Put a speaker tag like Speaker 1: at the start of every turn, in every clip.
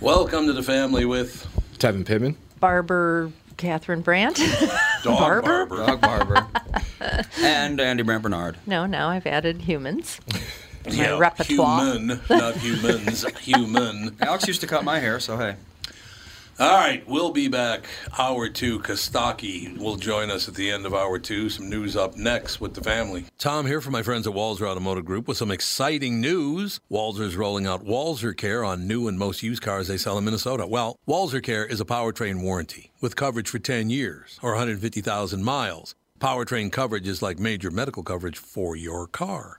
Speaker 1: Welcome to the family with
Speaker 2: Tevin Pittman.
Speaker 3: Barber Catherine Brandt.
Speaker 1: Dog
Speaker 3: Barber?
Speaker 1: Barber.
Speaker 2: Dog Barber.
Speaker 1: and Andy Brant Bernard.
Speaker 3: no, now I've added humans. My
Speaker 1: Yeah,
Speaker 3: repertoire.
Speaker 1: Human, not humans. human.
Speaker 4: Alex used to cut my hair, so hey.
Speaker 1: All right, we'll be back. Hour two, Kostaki will join us at the end of hour two. Some news up next with the family. Tom here from my friends at Walzer Automotive Group with some exciting news. Walzer's rolling out Walzer Care on new and most used cars they sell in Minnesota. Well, Walzer Care is a powertrain warranty with coverage for 10 years or 150,000 miles. Powertrain coverage is like major medical coverage for your car.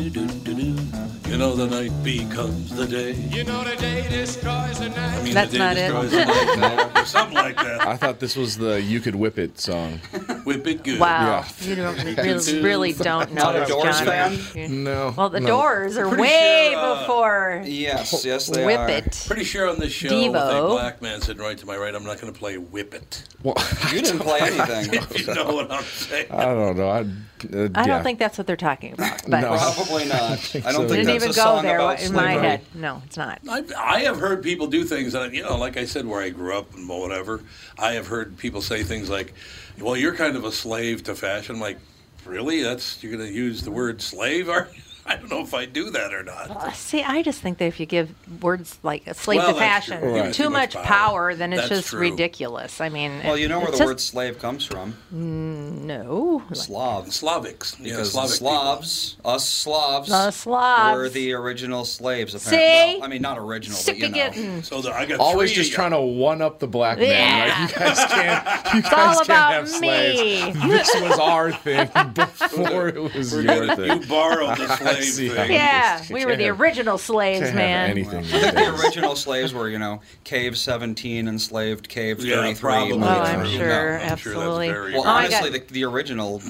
Speaker 1: You know the night becomes the day. You know the day destroys the night. I mean,
Speaker 3: That's
Speaker 1: the day
Speaker 3: not
Speaker 1: destroys
Speaker 3: it.
Speaker 1: the night. or something like that.
Speaker 2: I thought this was the "You Could Whip It" song.
Speaker 1: Whip it good.
Speaker 3: Wow.
Speaker 2: Yeah.
Speaker 3: You don't, really, really don't know
Speaker 4: a
Speaker 3: this
Speaker 4: Doors
Speaker 3: genre.
Speaker 2: No.
Speaker 3: Well, the
Speaker 2: no.
Speaker 3: doors are way before
Speaker 2: Oh,
Speaker 4: Yes, yes, they
Speaker 3: Whip
Speaker 4: are.
Speaker 3: It.
Speaker 1: Pretty sure on this show, with a
Speaker 3: Devo.
Speaker 1: black man sitting right to my right, I'm not going to play Whip It.
Speaker 2: Well,
Speaker 4: You didn't play anything.
Speaker 1: If you know what I'm saying.
Speaker 2: I don't know. I, uh,
Speaker 3: I
Speaker 2: yeah.
Speaker 3: don't think that's what they're talking about. But
Speaker 2: No.
Speaker 4: Probably not. I
Speaker 2: so.
Speaker 4: don't
Speaker 3: it
Speaker 4: think
Speaker 3: didn't
Speaker 4: that's
Speaker 3: even
Speaker 4: a
Speaker 3: go
Speaker 4: song
Speaker 3: there
Speaker 4: about
Speaker 3: in my
Speaker 4: slavery.
Speaker 3: head. No, it's not.
Speaker 1: I've, I have heard people do things that, you know, like I said, where I grew up and whatever. I have heard people say things like, well, you're kind of a slave to fashion. I'm like, really? That's, you're going to use the word slave? Are you?" I don't know if I do that or not.
Speaker 3: Uh, See, I just think that if you give words like a slave
Speaker 1: Well,
Speaker 3: to
Speaker 1: that's
Speaker 3: fashion
Speaker 1: true. Right.
Speaker 3: too much power, then it's
Speaker 1: That's
Speaker 3: just
Speaker 1: true.
Speaker 3: ridiculous. I mean,
Speaker 4: Well, you know where the
Speaker 3: it's just-
Speaker 4: word slave comes from.
Speaker 3: no,
Speaker 4: Slavs.
Speaker 1: Slavics. Yeah,
Speaker 4: Because
Speaker 1: Slavic people.
Speaker 4: Slavs, us Slavs,
Speaker 3: The Slavs.
Speaker 4: were the original slaves.
Speaker 3: See?
Speaker 4: Apparently. Well, I mean, not original,
Speaker 3: sick
Speaker 4: but you
Speaker 3: of
Speaker 4: know.
Speaker 3: getting.
Speaker 1: So there, I got
Speaker 2: Always
Speaker 1: three
Speaker 2: just trying to one up the black man.
Speaker 3: Yeah.
Speaker 2: Like, you guys can't. You
Speaker 3: It's all
Speaker 2: guys can't
Speaker 3: about
Speaker 2: have slaves.
Speaker 3: me.
Speaker 2: This was our thing before it was your
Speaker 1: You
Speaker 2: thing.
Speaker 1: borrowed the slave
Speaker 2: see how
Speaker 1: thing.
Speaker 2: you-
Speaker 3: Yeah,
Speaker 2: just
Speaker 3: we were the
Speaker 2: can't-
Speaker 3: original slaves,
Speaker 2: Can't
Speaker 3: man.
Speaker 2: have anything.
Speaker 4: I think the original slaves were, you know, cave 17, enslaved cave
Speaker 1: Yeah,
Speaker 4: 33.
Speaker 1: probably.
Speaker 3: Oh,
Speaker 4: believe it or
Speaker 3: I'm
Speaker 1: I'm
Speaker 4: not.
Speaker 3: sure,
Speaker 1: sure that's
Speaker 3: absolutely.
Speaker 1: very
Speaker 4: Well,
Speaker 3: Oh, I
Speaker 4: honestly,
Speaker 3: got-
Speaker 4: the, the original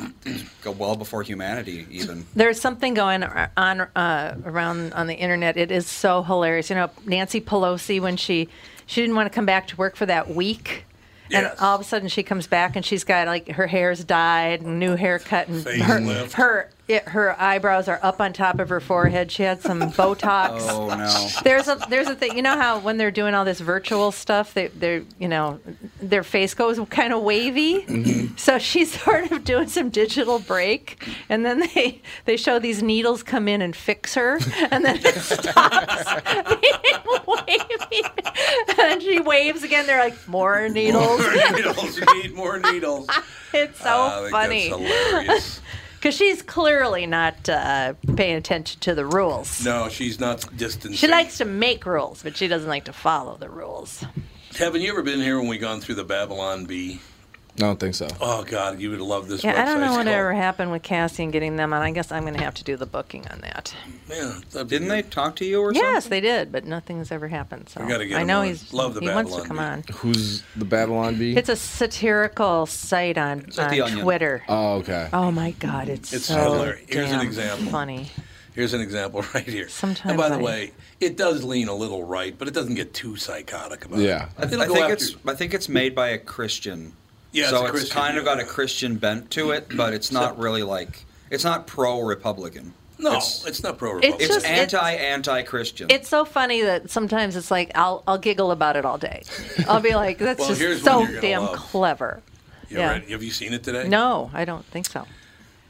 Speaker 4: go well before humanity, even.
Speaker 3: There's something going ar- on uh, around on the internet. It is so hilarious. You know, Nancy Pelosi when she she didn't want to come back to work for that week.
Speaker 1: Yes.
Speaker 3: And all of a sudden, she comes back and she's got like her hair's dyed, and new haircut, and
Speaker 1: Face
Speaker 3: her,
Speaker 1: lift.
Speaker 3: her it, her eyebrows are up on top of her forehead. She had some Botox.
Speaker 4: Oh no.
Speaker 3: There's a there's a thing. You know how when they're doing all this virtual stuff, they they're you know their face goes kind of wavy.
Speaker 1: Mm-hmm.
Speaker 3: So she's sort of doing some digital break, and then they they show these needles come in and fix her, and then it stops being wavy, and then she waves again. They're like more needles.
Speaker 1: More Ah, needles. You need more needles.
Speaker 3: It's so
Speaker 1: I think
Speaker 3: funny.
Speaker 1: That's hilarious.
Speaker 3: Because she's clearly not uh, paying attention to the rules.
Speaker 1: No, she's not distant.
Speaker 3: She likes to make rules, but she doesn't like to follow the rules.
Speaker 1: Haven't you ever been here when we gone through the Babylon Bee?
Speaker 2: I don't think so.
Speaker 1: Oh God, you would love this.
Speaker 3: Yeah, I don't
Speaker 1: website. Oh,
Speaker 3: know
Speaker 1: It's
Speaker 3: whatever
Speaker 1: called-
Speaker 3: happened with Cassie and getting them on. I guess I'm going to have to do the booking on that.
Speaker 1: Yeah, that'd be
Speaker 4: Didn't they
Speaker 1: good.
Speaker 4: talk to you or
Speaker 3: Yes,
Speaker 4: something?
Speaker 3: they did, but nothing's ever happened. So
Speaker 1: We gotta get
Speaker 3: I
Speaker 1: him
Speaker 3: know
Speaker 1: on.
Speaker 3: he's
Speaker 1: Love the
Speaker 3: he wants to
Speaker 1: Babylon
Speaker 3: come
Speaker 1: Bee.
Speaker 3: on.
Speaker 2: Who's the Babylon Bee?
Speaker 3: It's a satirical site on,
Speaker 4: like The
Speaker 3: on
Speaker 4: Onion.
Speaker 3: Twitter.
Speaker 2: oh, okay.
Speaker 3: oh my God, it's,
Speaker 1: It's
Speaker 3: so
Speaker 1: hilarious. Here's an
Speaker 3: damn
Speaker 1: example.
Speaker 3: funny.
Speaker 1: Here's an example right here.
Speaker 3: Sometimes
Speaker 1: And by the
Speaker 3: I-
Speaker 1: way, it does lean a little right, but it doesn't get too psychotic about
Speaker 2: Yeah.
Speaker 1: it.
Speaker 4: I think it's I think it's made by a Christian.
Speaker 1: Yeah, it's
Speaker 4: so
Speaker 1: a
Speaker 4: it's
Speaker 1: Christian,
Speaker 4: kind of
Speaker 1: yeah.
Speaker 4: got a Christian bent to it, but it's not really like it's not pro Republican.
Speaker 1: no, it's,
Speaker 4: It's,
Speaker 1: not pro
Speaker 3: It's
Speaker 1: Republican.
Speaker 4: it's
Speaker 3: just- it's-
Speaker 4: anti anti Christian.
Speaker 3: It's so funny that sometimes it's like I'll I'll giggle about it all day. I'll be like, that's
Speaker 1: Well,
Speaker 3: just
Speaker 1: here's one
Speaker 3: so
Speaker 1: you're gonna
Speaker 3: damn
Speaker 1: love.
Speaker 3: clever.
Speaker 1: You're
Speaker 3: yeah.
Speaker 1: right. Have you seen it today?
Speaker 3: No, I don't think so.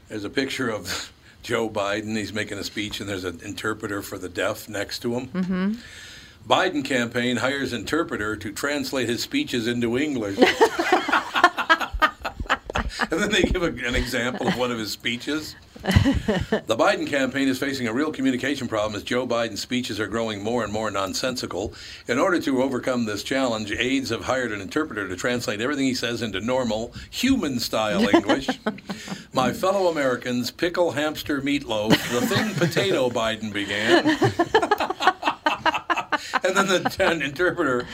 Speaker 1: There's a picture of Joe Biden. He's making a speech, and there's an interpreter for the deaf next to him. Mm-hmm. Biden campaign hires interpreter to translate his speeches into English. and then they give a, an example of one of his speeches. The Biden campaign is facing a real communication problem as Joe Biden's speeches are growing more and more nonsensical. In order to overcome this challenge, aides have hired an interpreter to translate everything he says into normal, human style English. My fellow Americans, pickle hamster meatloaf, the thing potato Biden began. and then the ten interpreter.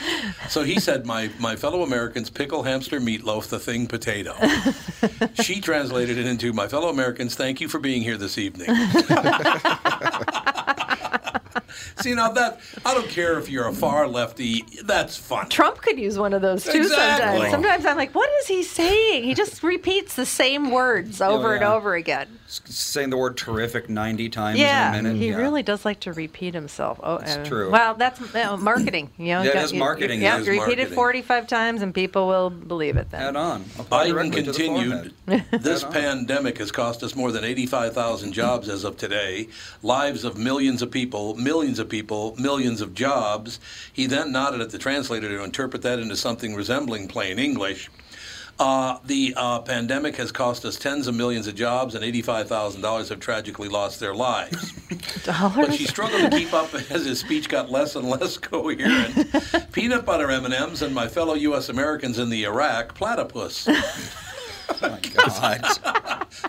Speaker 1: So he said, my, my fellow Americans, pickle hamster meatloaf, the thing potato. She translated it into, My fellow Americans, thank you for being here this evening. See, now that, I don't care if you're a far lefty, that's fun.
Speaker 3: Trump could use one of those too
Speaker 1: Exactly.
Speaker 3: sometimes. Sometimes I'm like, what is he saying? He just repeats the same words over and
Speaker 4: Oh, yeah.
Speaker 3: over again.
Speaker 4: saying the word terrific 90 times
Speaker 3: Yeah,
Speaker 4: in a minute.
Speaker 3: he really does like to repeat himself. Oh,
Speaker 4: That's
Speaker 3: uh,
Speaker 4: true.
Speaker 3: Well, that's uh, marketing. You know,
Speaker 4: Yeah, it
Speaker 3: don't
Speaker 4: is
Speaker 3: you-
Speaker 4: marketing.
Speaker 3: Yeah,
Speaker 4: It is
Speaker 3: repeat it
Speaker 1: marketing.
Speaker 3: 45 times and people will believe it then.
Speaker 4: Add on. Apply
Speaker 1: Biden
Speaker 4: directly to the
Speaker 1: continued,
Speaker 4: forehead.
Speaker 1: this
Speaker 4: Right on.
Speaker 1: pandemic has cost us more than 85,000 jobs as of today, lives of millions of people, millions of people, millions of jobs. He then nodded at the translator to interpret that into something resembling plain English. Uh, the uh, pandemic has cost us tens of millions of jobs, and $85,000 have tragically lost their lives. But she struggled to keep up as his speech got less and less coherent. Peanut butter M&Ms and my fellow U.S. Americans in the Iraq platypus.
Speaker 4: God.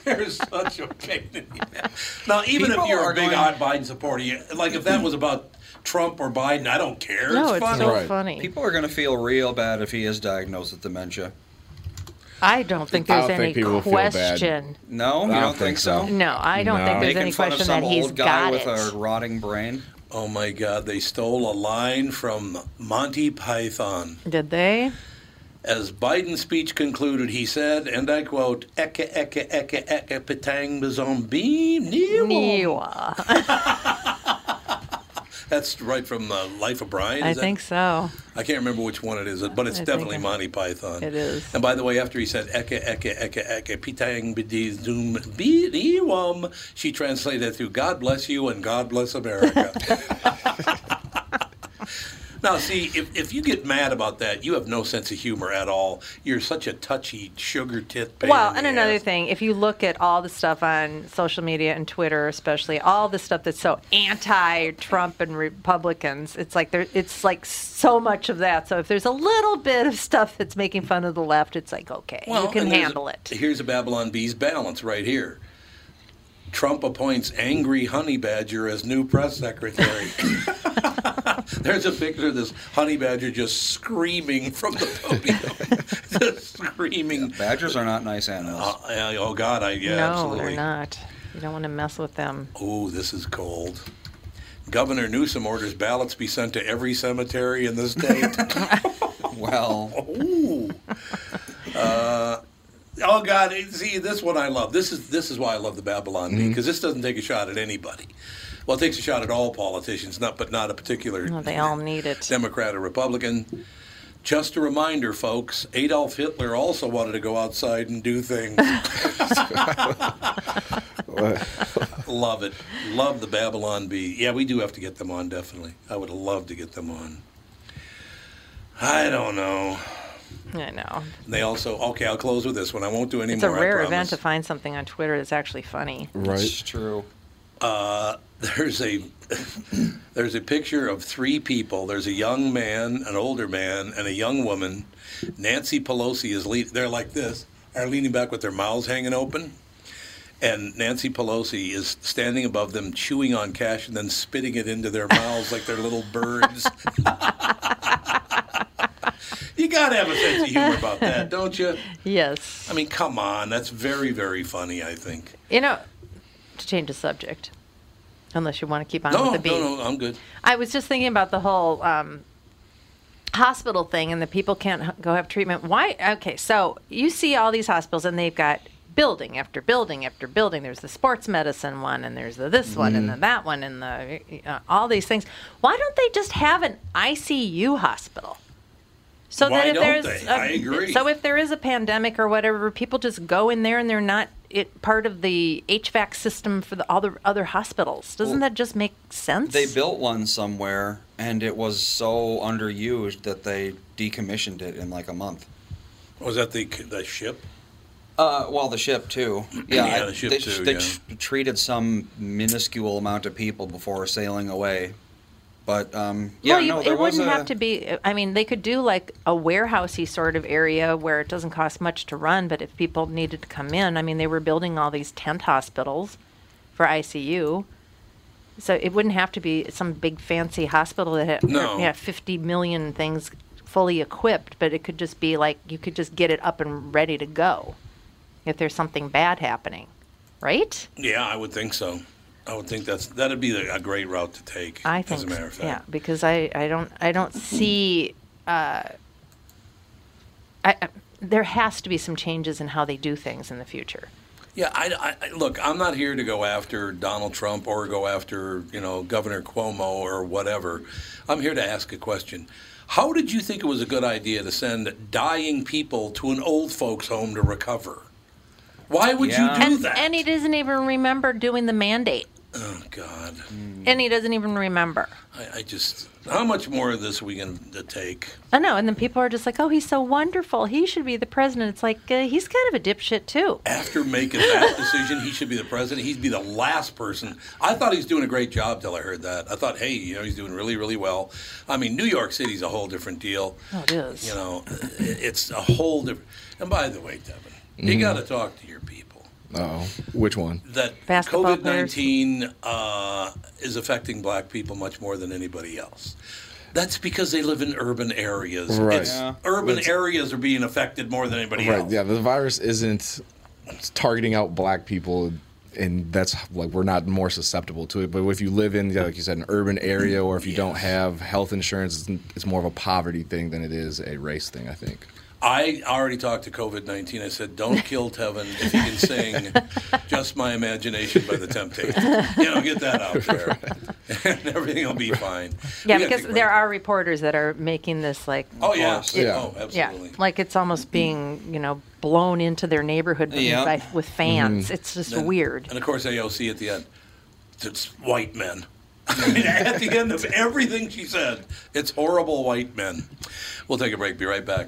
Speaker 1: There's such a pain in the ass. Now, even
Speaker 4: People
Speaker 1: if you're
Speaker 4: are
Speaker 1: a big
Speaker 4: going-
Speaker 1: odd Biden supporter, you, like if that was about Trump or Biden, I don't care.
Speaker 3: no,
Speaker 1: it's,
Speaker 3: it's,
Speaker 1: funny.
Speaker 3: so
Speaker 2: Right.
Speaker 3: funny.
Speaker 4: People are going to feel real bad if he is diagnosed with dementia.
Speaker 3: I don't think
Speaker 2: I
Speaker 3: there's
Speaker 2: don't think
Speaker 3: any
Speaker 2: people will feel bad.
Speaker 3: question.
Speaker 4: No, you
Speaker 2: I
Speaker 4: don't,
Speaker 2: don't think
Speaker 4: think so.
Speaker 2: so.
Speaker 3: No, I don't
Speaker 2: No.
Speaker 3: think there's
Speaker 4: Making
Speaker 3: any
Speaker 4: fun of
Speaker 3: question
Speaker 4: some
Speaker 3: that he's
Speaker 4: old guy
Speaker 3: got
Speaker 4: with
Speaker 3: it.
Speaker 4: a rotting brain.
Speaker 1: Oh my God! They stole a line from Monty Python.
Speaker 3: Did they?
Speaker 1: As Biden's speech concluded, he said, and I quote, "Eke eke eke eke patang bazombi neo."
Speaker 3: Ewa.
Speaker 1: That's right from uh, Life of Brian.
Speaker 3: I
Speaker 1: is that-
Speaker 3: think so.
Speaker 1: I can't remember which one it is, but it's
Speaker 3: I think
Speaker 1: definitely
Speaker 3: I-
Speaker 1: Monty Python.
Speaker 3: It is.
Speaker 1: And by the way, after he said "eke eke eke eke pitang bidi zoom bidiwam," she translated it to "God bless you and God bless America." now, see, if, if you get mad about that, you have no sense of humor at all. You're such a touchy sugar tit. pain
Speaker 3: Well,
Speaker 1: in
Speaker 3: and
Speaker 1: the
Speaker 3: another
Speaker 1: ass.
Speaker 3: thing, if you look at all the stuff on social media and Twitter, especially all the stuff that's so anti-Trump and Republicans, it's like there, it's like so much of that. So if there's a little bit of stuff that's making fun of the left, it's like okay,
Speaker 1: Well,
Speaker 3: you can
Speaker 1: and there's a-
Speaker 3: handle it.
Speaker 1: Here's a Babylon Bee's balance right here. Trump appoints angry honey badger as new press secretary. There's a picture of this honey badger just screaming from the podium, just screaming.
Speaker 4: Badgers are not nice animals.
Speaker 1: Uh, I- oh God! I yeah,
Speaker 3: no,
Speaker 1: absolutely.
Speaker 3: they're not. You don't want to mess with them.
Speaker 1: Oh, this is cold. Governor Newsom orders ballots be sent to every cemetery in the state.
Speaker 4: well,
Speaker 1: Ooh. Uh, Oh God! See, this one I love. This is this is why I love the Babylon
Speaker 3: Mm-hmm.
Speaker 1: Bee because this doesn't take a shot at anybody. Well, it takes a shot at all politicians, not but not a particular
Speaker 3: Oh, they all need it.
Speaker 1: Democrat or Republican. Just a reminder, folks. Adolf Hitler also wanted to go outside and do things. love it. Love the Babylon Bee. Yeah, we do have to get them on definitely. I would love to get them on. I don't know.
Speaker 3: I know.
Speaker 1: They also okay. I'll close with this one. I won't do any
Speaker 3: It's a
Speaker 1: more. I
Speaker 3: rare event
Speaker 1: promise.
Speaker 3: to find something on Twitter that's actually funny.
Speaker 4: It's
Speaker 2: Right.
Speaker 4: true.
Speaker 1: there's a there's a picture of three people. There's a young man, an older man, and a young woman. Nancy Pelosi is lead, they're like this, are leaning back with their mouths hanging open. And Nancy Pelosi is standing above them, chewing on cash and then spitting it into their mouths like they're little birds. you gotta have a sense of humor about that, don't you?
Speaker 3: Yes.
Speaker 1: I mean, come on, that's very, very funny. I think.
Speaker 3: You know, to change the subject, unless you want to keep on
Speaker 1: No,
Speaker 3: with the beat.
Speaker 1: no, no, I'm good.
Speaker 3: I was just thinking about the whole um, hospital thing and the people can't h- go have treatment. Why? Okay, so you see all these hospitals and they've got building after building after building. There's the sports medicine one and there's the this one
Speaker 1: Mm-hmm.
Speaker 3: and the that one and the uh, all these things. Why don't they just have an ICU hospital? So
Speaker 1: Why
Speaker 3: that if
Speaker 1: don't
Speaker 3: there's
Speaker 1: they?
Speaker 3: a-
Speaker 1: I agree.
Speaker 3: So if there is a pandemic or whatever, people just go in there and they're not it part of the HVAC system for the, all the other hospitals. Doesn't that just make sense?
Speaker 4: They built one somewhere, and it was so underused that they decommissioned it in like a month.
Speaker 1: Was that the the ship?
Speaker 4: Uh, well, the ship too. Yeah,
Speaker 1: Yeah,
Speaker 4: I-
Speaker 1: the ship
Speaker 4: they,
Speaker 1: too,
Speaker 4: They
Speaker 1: yeah.
Speaker 4: tr- treated some minuscule amount of people before sailing away, but um, yeah,
Speaker 3: well, you,
Speaker 4: no, there
Speaker 3: it
Speaker 4: was
Speaker 3: wouldn't
Speaker 4: a,
Speaker 3: have to be. I mean, they could do like a warehousey sort of area where it doesn't cost much to run, but if people needed to come in, I mean, they were building all these tent hospitals for ICU. So it wouldn't have to be some big fancy hospital that had
Speaker 1: No.
Speaker 3: yeah, 50 million things fully equipped, but it could just be like you could just get it up and ready to go if there's something bad happening, right?
Speaker 1: Yeah, I would think so. I would think that's that'd be a great route to take.
Speaker 3: I
Speaker 1: as
Speaker 3: think
Speaker 1: a matter of
Speaker 3: so, yeah,
Speaker 1: fact.
Speaker 3: because I, I don't I don't see. Uh, I, I, there has to be some changes in how they do things in the future.
Speaker 1: Yeah, I, I- I- look. I'm not here to go after Donald Trump or go after you know Governor Cuomo or whatever. I'm here to ask a question. How did you think it was a good idea to send dying people to an old folks' home to recover? Why would
Speaker 4: Yeah.
Speaker 1: you do
Speaker 3: And
Speaker 1: that?
Speaker 3: and he doesn't even remember doing the mandate,
Speaker 1: oh God,
Speaker 3: and he doesn't even remember.
Speaker 1: I, I just. How much more of this are we going to take?
Speaker 3: I know, and then people are just like, "Oh, he's so wonderful. He should be the president." It's like uh, he's kind of a dipshit too.
Speaker 1: after making that decision, he should be the president. He'd be the last person. I thought he was doing a great job till I heard that. I thought, hey, you know, he's doing really, really well. I mean, New York City's a whole different deal.
Speaker 3: Oh, it is.
Speaker 1: You know, it- it's a whole different. And by the way, Devin,
Speaker 3: Mm-hmm.
Speaker 1: you got to talk to your people.
Speaker 2: Oh, which one?
Speaker 1: That
Speaker 3: Basketball
Speaker 1: COVID
Speaker 3: players.
Speaker 1: nineteen uh, is affecting black people much more than anybody else. That's because they live in urban areas.
Speaker 2: Right.
Speaker 1: It's,
Speaker 2: Yeah.
Speaker 1: Urban areas are being affected more than anybody
Speaker 2: Right.
Speaker 1: else.
Speaker 2: Yeah, the virus isn't targeting out black people, and that's like we're not more susceptible to it. But if you live in, yeah, like you said, an urban area, or if you don't have health insurance, it's- it's more of a poverty thing than it is a race thing. I think.
Speaker 1: I already talked to COVID 19. I said, don't kill Tevin if he can sing Just My Imagination by the Temptations. You know, get that out there. and everything will be fine.
Speaker 3: Yeah,
Speaker 1: We gotta
Speaker 3: because
Speaker 1: take a
Speaker 3: there
Speaker 1: break.
Speaker 3: are reporters that are making this like
Speaker 1: Oh, yeah.
Speaker 2: Yeah.
Speaker 1: Oh,
Speaker 3: Yeah,
Speaker 1: absolutely.
Speaker 3: like it's almost being you know blown into their neighborhood with,
Speaker 4: Yeah.
Speaker 3: by, with fans.
Speaker 1: Mm-hmm.
Speaker 3: It's just
Speaker 1: And-
Speaker 3: weird.
Speaker 1: And of course, AOC at the end. It's white men. I mean, at the end of everything she said, it's horrible white men. We'll take a break. Be right back.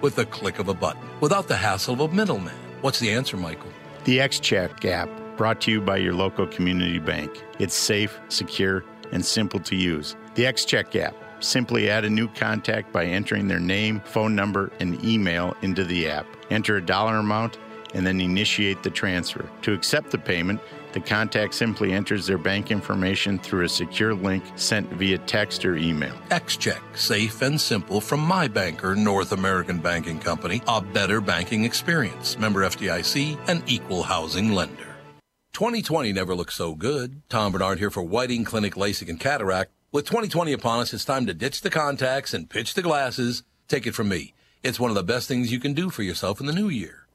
Speaker 1: with the click of a button without the hassle of a middleman? What's the answer, Michael?
Speaker 5: The XChat app, brought to you by your local community bank. It's safe, secure, and simple to use. The XCheck app. Simply add a new contact by entering their name, phone number, and email into the app. Enter a dollar amount and then initiate the transfer. To accept the payment, the contact simply enters their bank information through a secure link sent via text or email.
Speaker 1: XCheck, safe and simple from my banker, North American Banking Company, a better banking experience. Member FDIC, an equal housing lender. 2020 never looked so good. Tom Bernard here for Whiting Clinic LASIK and Cataract. With 2020 upon us, it's time to ditch the contacts and pitch the glasses. Take it from me. It's one of the best things you can do for yourself in the new year.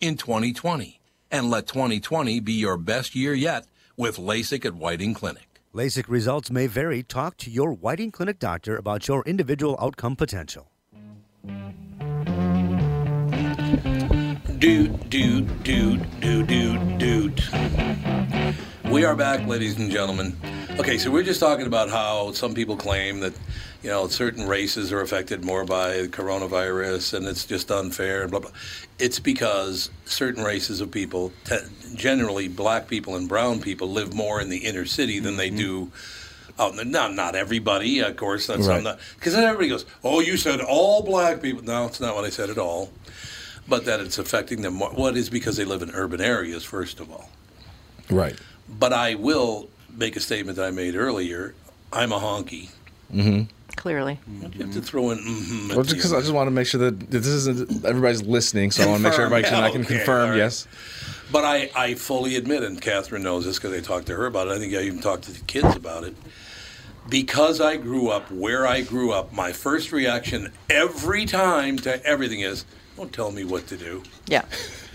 Speaker 1: in 2020 and let 2020 be your best year yet with LASIK at Whiting Clinic.
Speaker 6: LASIK results may vary. Talk to your Whiting Clinic doctor about your individual outcome potential.
Speaker 1: Dude, dude, dude, dude, dude, dude. We are back, ladies and gentlemen. Okay, so we're just talking about how some people claim that, you know, certain races are affected more by the coronavirus and it's just unfair and blah, blah. It's because certain races of people, te- generally black people and brown people, live more in the inner city than they do out in the, not, not everybody, of course. That's
Speaker 2: Right.
Speaker 1: not, because then everybody goes, oh, you said all black people. No, it's not what I said at all. But that it's affecting them more. What is because they live in urban areas, first of all.
Speaker 2: Right.
Speaker 1: But I will make a statement that I made earlier. I'm a honky.
Speaker 3: Clearly.
Speaker 1: You have to throw in mm-hmm. at
Speaker 2: Well,
Speaker 1: the
Speaker 2: because I
Speaker 1: end.
Speaker 2: just want to make sure that this isn't everybody's listening, so I want to make sure
Speaker 1: Confirm. Oh,
Speaker 2: everybody can, I can
Speaker 1: Okay, all
Speaker 2: confirm.
Speaker 1: right.
Speaker 2: Yes.
Speaker 1: But I, I fully admit, and Catherine knows this because I talked to her about it. I think I even talked to the kids about it. Because I grew up where I grew up, my first reaction every time to everything is, "Don't tell me what to do."
Speaker 3: Yeah.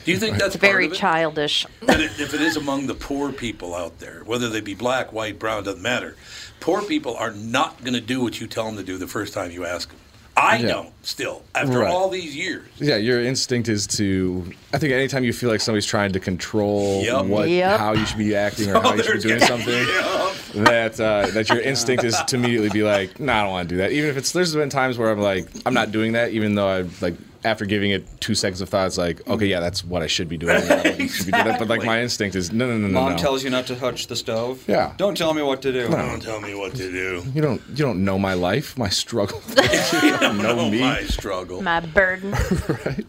Speaker 1: Do you think that's part
Speaker 3: Very
Speaker 1: of it?
Speaker 3: childish.
Speaker 1: But it- if it is among the poor people out there, whether they be black, white, brown, doesn't matter. Poor people are not going to do what you tell them to do the first time you ask them. I
Speaker 2: Yeah.
Speaker 1: don't still after
Speaker 2: Right.
Speaker 1: all these years.
Speaker 2: Yeah, your instinct is to. I think anytime you feel like somebody's trying to control
Speaker 1: Yep.
Speaker 2: what,
Speaker 3: Yep.
Speaker 2: how you should be acting or how you should be
Speaker 1: Oh, there's
Speaker 2: doing
Speaker 1: gonna-
Speaker 2: something,
Speaker 1: Yeah.
Speaker 2: that uh, that your instinct is to immediately be like, "No, I don't want to do that." Even if it's there's been times where I'm like, "I'm not doing that," even though I like after giving it two seconds of thought, it's like, "Okay, yeah, that's what I should be doing." I should be doing that. But like my instinct is, "No, no, no, no."
Speaker 4: Mom
Speaker 2: no.
Speaker 4: tells you not to touch the stove.
Speaker 2: Yeah.
Speaker 4: Don't tell me what to do.
Speaker 1: Don't tell me what to do.
Speaker 2: You don't you don't know my life, my struggle. you don't know
Speaker 1: Oh,
Speaker 2: me.
Speaker 1: my struggle.
Speaker 3: My burden.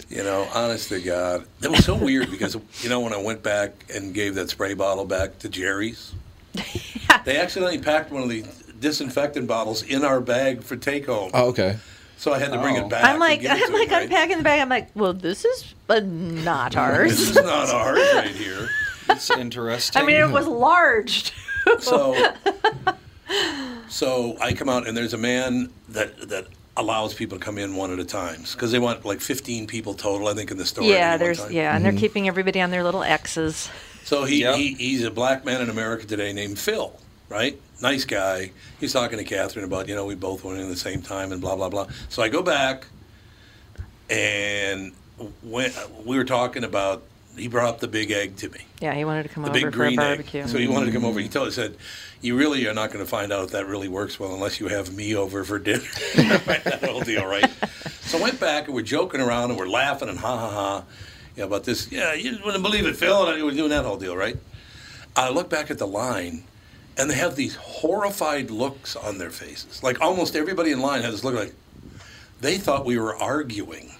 Speaker 1: You know, honest to God, that was so weird because you know when I went back and gave that spray bottle back to Jerry's, they accidentally packed one of the disinfectant bottles in our bag for take home.
Speaker 2: Oh, okay.
Speaker 1: So I had to bring it back.
Speaker 3: I'm
Speaker 1: and
Speaker 3: like,
Speaker 1: give it
Speaker 3: I'm
Speaker 1: to
Speaker 3: like
Speaker 1: him, right?
Speaker 3: unpacking the bag. I'm like, well, this is uh, not
Speaker 1: This
Speaker 3: ours.
Speaker 1: is not ours right here.
Speaker 4: It's interesting.
Speaker 3: I mean, it was large.
Speaker 1: So, so I come out and there's a man that that allows people to come in one at a time because they want like 15 people total, I think, in the store. at any
Speaker 3: yeah,
Speaker 1: one
Speaker 3: there's
Speaker 1: time. Mm-hmm.
Speaker 3: yeah, and they're keeping everybody on their little X's.
Speaker 1: So he,
Speaker 4: Yeah.
Speaker 1: he he's a black man in America today named Phil, right? Nice guy. He's talking to Catherine about you know we both went in at the same time and blah blah blah. So I go back, and when we were talking about, he brought up the big egg to me,
Speaker 3: Yeah, he wanted to come
Speaker 1: the
Speaker 3: over
Speaker 1: big
Speaker 3: for a
Speaker 1: green egg.
Speaker 3: barbecue.
Speaker 1: So he wanted to come over. He told he said, "You really are not going to find out if that really works well unless you have me over for dinner." that whole deal, right? So I went back and we're joking around and we're laughing and ha ha ha, yeah, about this. Yeah, you wouldn't believe it, Phil. And I was doing that whole deal, right? I look back at the line, and they have these horrified looks on their faces. Like almost everybody in line has this look like they thought we were arguing.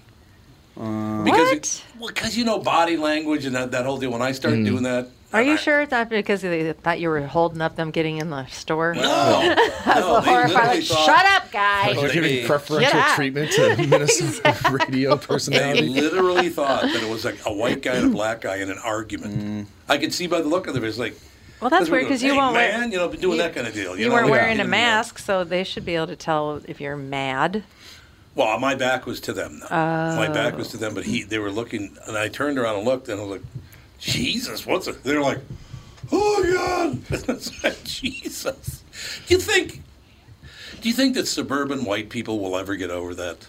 Speaker 1: because
Speaker 3: What?
Speaker 1: well, 'cause you know body language and that, that whole deal. When I start doing that,
Speaker 3: Are you
Speaker 1: I-
Speaker 3: sure it's not because they thought you were holding up them getting in the store?
Speaker 1: No, no, they
Speaker 3: Horrified,
Speaker 1: literally
Speaker 3: like,
Speaker 1: thought-
Speaker 3: shut up, guy.
Speaker 2: We're giving
Speaker 4: be-
Speaker 2: preferential
Speaker 3: Yeah.
Speaker 2: treatment to Minnesota radio
Speaker 1: They
Speaker 2: personality.
Speaker 1: literally thought that it was like a white guy and a black guy in an argument.
Speaker 3: Mm.
Speaker 1: I could see by the look of their face, like.
Speaker 3: Well, that's
Speaker 1: we're
Speaker 3: weird because
Speaker 1: going,
Speaker 3: you won't
Speaker 1: hey,
Speaker 3: wear.
Speaker 1: man, you know, been doing
Speaker 3: you-
Speaker 1: that kind of deal. You,
Speaker 3: You
Speaker 1: know,
Speaker 3: weren't
Speaker 1: like,
Speaker 3: wearing
Speaker 1: you
Speaker 3: a
Speaker 1: know.
Speaker 3: mask, so they should be able to tell if you're mad.
Speaker 1: Well, my back was to them. Though. My
Speaker 3: Oh.
Speaker 1: back was to them, but he they were looking, and I turned around and looked, and I was like, "Jesus, what's it?" They're like, "Oh God, It's like, Jesus." You think Do you think that suburban white people will ever get over that?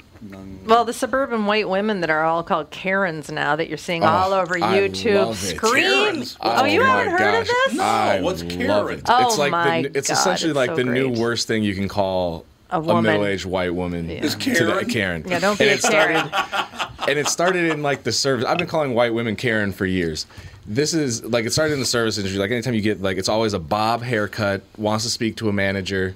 Speaker 3: Well, the suburban white women that are all called Karens now that you're seeing all over
Speaker 2: Oh, I
Speaker 3: YouTube
Speaker 2: love it.
Speaker 3: scream.
Speaker 1: Karens?
Speaker 3: Oh, you
Speaker 2: my
Speaker 3: haven't heard of
Speaker 2: gosh.
Speaker 3: this?
Speaker 1: No,
Speaker 2: I
Speaker 1: what's
Speaker 2: love
Speaker 1: Karen?
Speaker 2: it.
Speaker 3: Oh
Speaker 2: it's like
Speaker 3: my
Speaker 2: the, it's
Speaker 3: God,
Speaker 2: essentially
Speaker 3: it's
Speaker 2: like
Speaker 3: so
Speaker 2: the new
Speaker 3: great.
Speaker 2: worst thing you can call
Speaker 3: A woman.
Speaker 2: middle-aged white woman.
Speaker 3: Is
Speaker 2: to
Speaker 1: Karen?
Speaker 2: the- Karen.
Speaker 3: Yeah, don't be
Speaker 2: and
Speaker 3: a
Speaker 2: it started,
Speaker 3: Karen.
Speaker 2: and it started in like the service. I've been calling white women Karen for years. This is like it started in the service industry. Like anytime you get like it's always a bob haircut wants to speak to a manager,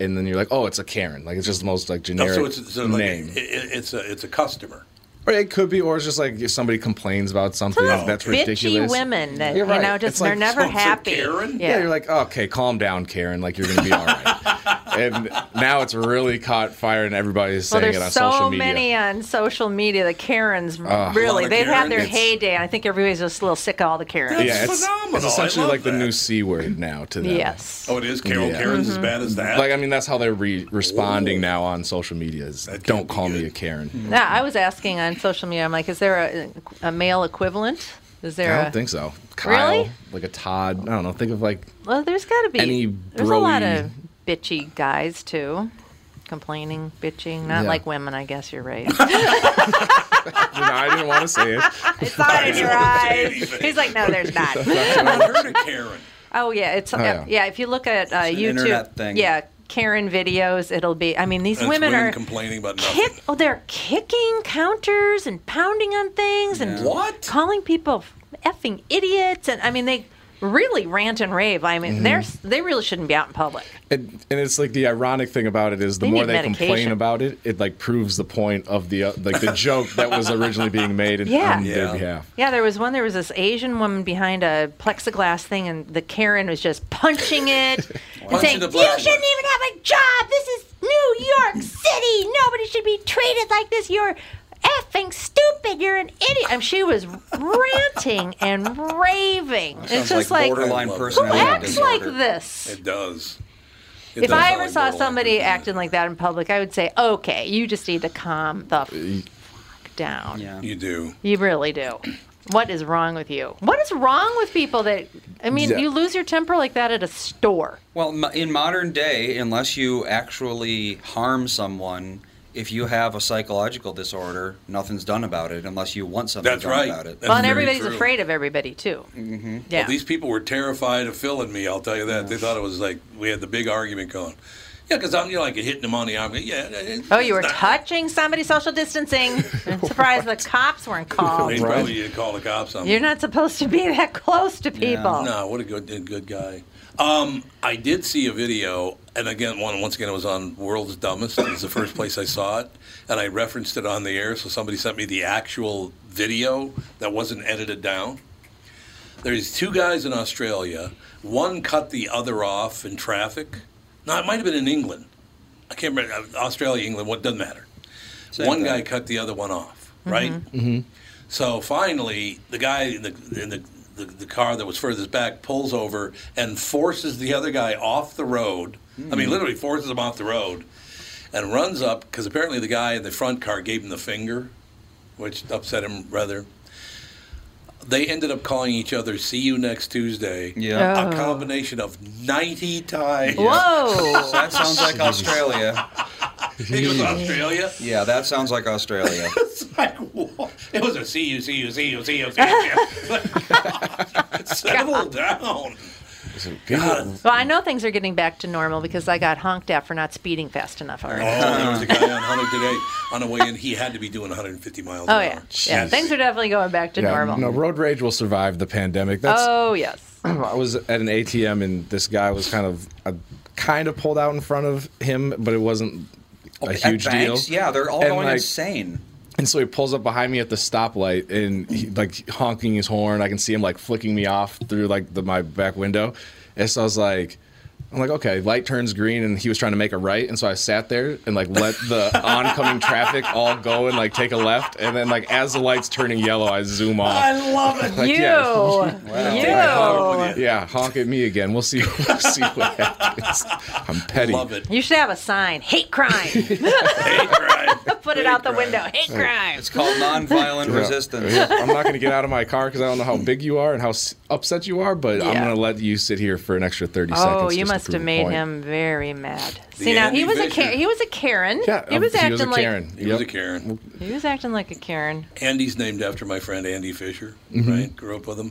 Speaker 2: and then you're like, oh, it's a Karen. Like it's just the most like
Speaker 1: No,
Speaker 2: generic
Speaker 1: Oh, so it's so like,
Speaker 2: name.
Speaker 1: it, it- it's a it's a customer.
Speaker 2: or it could be, or it's just like if somebody complains about something
Speaker 3: Those
Speaker 2: that's
Speaker 3: bitchy
Speaker 2: ridiculous.
Speaker 3: women that
Speaker 2: You're
Speaker 3: you know
Speaker 2: right.
Speaker 3: just
Speaker 2: It's like
Speaker 3: they're never
Speaker 1: so- so
Speaker 3: happy.
Speaker 1: Karen?
Speaker 2: Yeah. you're like, okay, calm down, Karen. Like you're gonna be all right. and now it's really caught fire, and everybody's
Speaker 3: well,
Speaker 2: saying
Speaker 3: there's
Speaker 2: it on
Speaker 3: so
Speaker 2: social media. Uh,
Speaker 3: many on social media. The Karens
Speaker 1: Lot
Speaker 3: really
Speaker 1: of
Speaker 3: they've had their
Speaker 1: Karens.
Speaker 3: heyday. I think everybody's just a little sick of all the Karens.
Speaker 2: yeah, it's,
Speaker 1: phenomenal.
Speaker 2: it's
Speaker 1: I
Speaker 2: essentially
Speaker 1: love
Speaker 2: like
Speaker 1: that.
Speaker 2: the new c word now to them.
Speaker 3: Yes.
Speaker 1: Oh, it is Carol
Speaker 2: Yeah.
Speaker 1: Karen's as bad as that.
Speaker 2: Like I mean, that's how they're re- responding
Speaker 1: Whoa.
Speaker 2: now on social media. Is
Speaker 1: That can't
Speaker 2: don't
Speaker 1: be
Speaker 2: call me
Speaker 1: good.
Speaker 2: a Karen.
Speaker 3: Yeah, I was asking on social media. I'm like, is there a, a male equivalent? Is there?
Speaker 2: I
Speaker 3: a,
Speaker 2: don't think so. Kyle,
Speaker 3: Really?
Speaker 2: like a Todd. I don't know. Think of like
Speaker 3: Well, there's got to be.
Speaker 2: Any
Speaker 3: there's a lot
Speaker 2: broy-
Speaker 3: of bitchy guys too, complaining, bitching. Not
Speaker 2: Yeah.
Speaker 3: like women, I guess. You're right.
Speaker 2: you know, I didn't want to say it.
Speaker 3: it's not in your eyes.
Speaker 1: anything.
Speaker 3: He's like, no, there's not.
Speaker 1: I heard of Karen.
Speaker 3: Oh yeah, it's yeah.
Speaker 2: yeah.
Speaker 3: If you look
Speaker 4: It's
Speaker 3: at uh,
Speaker 4: an
Speaker 3: YouTube,
Speaker 4: internet thing.
Speaker 3: yeah, Karen videos, it'll be. I mean, these
Speaker 1: And it's
Speaker 3: women,
Speaker 1: women
Speaker 3: are
Speaker 1: complaining about nothing.
Speaker 3: kick. Oh, they're kicking counters and pounding on things and
Speaker 1: What?
Speaker 3: calling people effing idiots. And I mean, they really rant and rave. I mean, they're s they really shouldn't be out in public.
Speaker 2: And, and it's like the ironic thing about it is the
Speaker 3: They
Speaker 2: more
Speaker 3: need
Speaker 2: they complain
Speaker 3: medication.
Speaker 2: about it, it like proves the point of the uh, like the joke that was originally being made in,
Speaker 3: Yeah.
Speaker 2: on
Speaker 1: Yeah.
Speaker 2: their behalf.
Speaker 3: Yeah, there was one. There was this Asian woman behind a plexiglass thing, and the Karen was just punching it and
Speaker 1: Punching
Speaker 3: saying,
Speaker 1: the
Speaker 3: "You shouldn't even
Speaker 1: plexiglass."
Speaker 3: have a job. This is New York City. Nobody should be treated like this. You're effing stupid. You're an idiot." And she was ranting and raving. It's
Speaker 4: Sounds
Speaker 3: just like,
Speaker 4: borderline
Speaker 1: Who
Speaker 3: who
Speaker 4: personality
Speaker 3: acts like
Speaker 4: disorder.
Speaker 3: this?
Speaker 1: It does. It
Speaker 3: If
Speaker 1: does
Speaker 3: I
Speaker 1: sound
Speaker 3: ever
Speaker 1: like
Speaker 3: saw
Speaker 1: borderline
Speaker 3: somebody
Speaker 1: personality.
Speaker 3: acting like that in public, I would say, "Okay, you just need to calm
Speaker 1: Uh,
Speaker 3: the fuck down."
Speaker 4: Yeah.
Speaker 1: you do.
Speaker 3: You really do. What is wrong with you? What is wrong with people that I mean,
Speaker 2: Yeah.
Speaker 3: you lose your temper like that at a store.
Speaker 4: Well, m- in modern day, unless you actually harm someone, if you have a psychological disorder, nothing's done about it unless you want something
Speaker 1: That's
Speaker 4: done
Speaker 1: right.
Speaker 4: about it.
Speaker 1: That's
Speaker 3: well, and
Speaker 1: very
Speaker 3: everybody's
Speaker 1: true.
Speaker 3: afraid of everybody too. Mm-hmm. Yeah.
Speaker 1: Well, these people were terrified of Phil and me. I'll tell you that. They thought it was like we had the big argument going. Yeah, because I'm you know, like hitting him on the arm. Yeah. it-
Speaker 3: oh, you were
Speaker 1: it's not-
Speaker 3: touching somebody social distancing. I'm surprised the cops weren't called.
Speaker 1: They probably did call the cops on me.
Speaker 3: You're not supposed to be that close to people.
Speaker 1: No, what a good a good guy. Um, I did see a video, and again, one once again, it was on World's Dumbest. It was the first place I saw it, and I referenced it on the air. So somebody sent me the actual video that wasn't edited down. There's two guys in Australia. One cut the other off in traffic. No, it might have been in England. I can't remember Australia, England. What doesn't matter.
Speaker 4: Same
Speaker 1: one
Speaker 4: thing. Mm-hmm.
Speaker 1: guy cut the other one off, right? So finally, the guy in the in the, the the car that was furthest back pulls over and forces the other guy off the road. I
Speaker 4: Mm.
Speaker 1: mean, literally forces him off the road, and runs up because apparently the guy in the front car gave him the finger, which upset him rather. They ended up calling each other "See you next Tuesday."
Speaker 4: Yeah.
Speaker 1: a combination of ninety times.
Speaker 3: Whoa.
Speaker 4: That sounds like Australia.
Speaker 1: It was Australia.
Speaker 4: Yeah, that sounds like Australia.
Speaker 1: It's like, whoa. It was a see you, see you, see you, see you, see you. Settle down.
Speaker 2: People-
Speaker 3: well, I know things are getting back to normal because I got honked at for not speeding fast enough already.
Speaker 1: Oh, there was a guy on 100 today. On the way in, he had to be doing 150 miles
Speaker 3: Oh
Speaker 1: an hour.
Speaker 3: yeah, yeah.
Speaker 2: Jeez.
Speaker 3: Things are definitely going back to
Speaker 2: yeah,
Speaker 3: normal.
Speaker 2: no road rage will survive the pandemic. That's
Speaker 3: oh yes.
Speaker 2: I was at an ATM and this guy was kind of I kind of pulled out in front of him, but it wasn't a
Speaker 4: Oh, At
Speaker 2: huge
Speaker 4: banks,
Speaker 2: deal.
Speaker 4: Yeah, they're all
Speaker 2: And,
Speaker 4: going
Speaker 2: like,
Speaker 4: insane.
Speaker 2: And so he pulls up behind me at the stoplight and he, like honking his horn. I can see him like flicking me off through like the, my back window. And so I was like, I'm like, okay, light turns green and he was trying to make a right. And so I sat there and like let the oncoming traffic all go and like take a left. And then like as the light's turning yellow, I zoom off.
Speaker 1: I love it.
Speaker 2: Like,
Speaker 3: you,
Speaker 2: yeah.
Speaker 3: you.
Speaker 2: Yeah, honk at me again. We'll see. We'll see what happens. I'm petty.
Speaker 1: Love it.
Speaker 3: You should have a sign. Hate crime.
Speaker 1: Hey, right.
Speaker 3: Put it out the window. Hate crime.
Speaker 4: It's called nonviolent
Speaker 2: Yeah.
Speaker 4: resistance.
Speaker 2: Yeah. I'm not going to get out of my car because I don't know how big you are and how s- upset you are, but I'm
Speaker 3: Yeah.
Speaker 2: going to let you sit here for an extra 30 seconds.
Speaker 3: Oh, you
Speaker 2: just to
Speaker 3: must
Speaker 2: prove
Speaker 3: have
Speaker 2: a
Speaker 3: made
Speaker 2: point.
Speaker 3: him very mad.
Speaker 1: The
Speaker 3: See now
Speaker 1: Andy
Speaker 3: he was a
Speaker 1: Fisher.
Speaker 3: Ka- he was a Karen.
Speaker 2: Yeah,
Speaker 3: he was
Speaker 2: um,
Speaker 3: acting
Speaker 2: he was a
Speaker 3: like
Speaker 2: Karen.
Speaker 1: He was a Karen.
Speaker 3: he was acting like a Karen.
Speaker 1: Andy's named after my friend Andy Fisher,
Speaker 4: Mm-hmm.
Speaker 1: right? Grew up with him.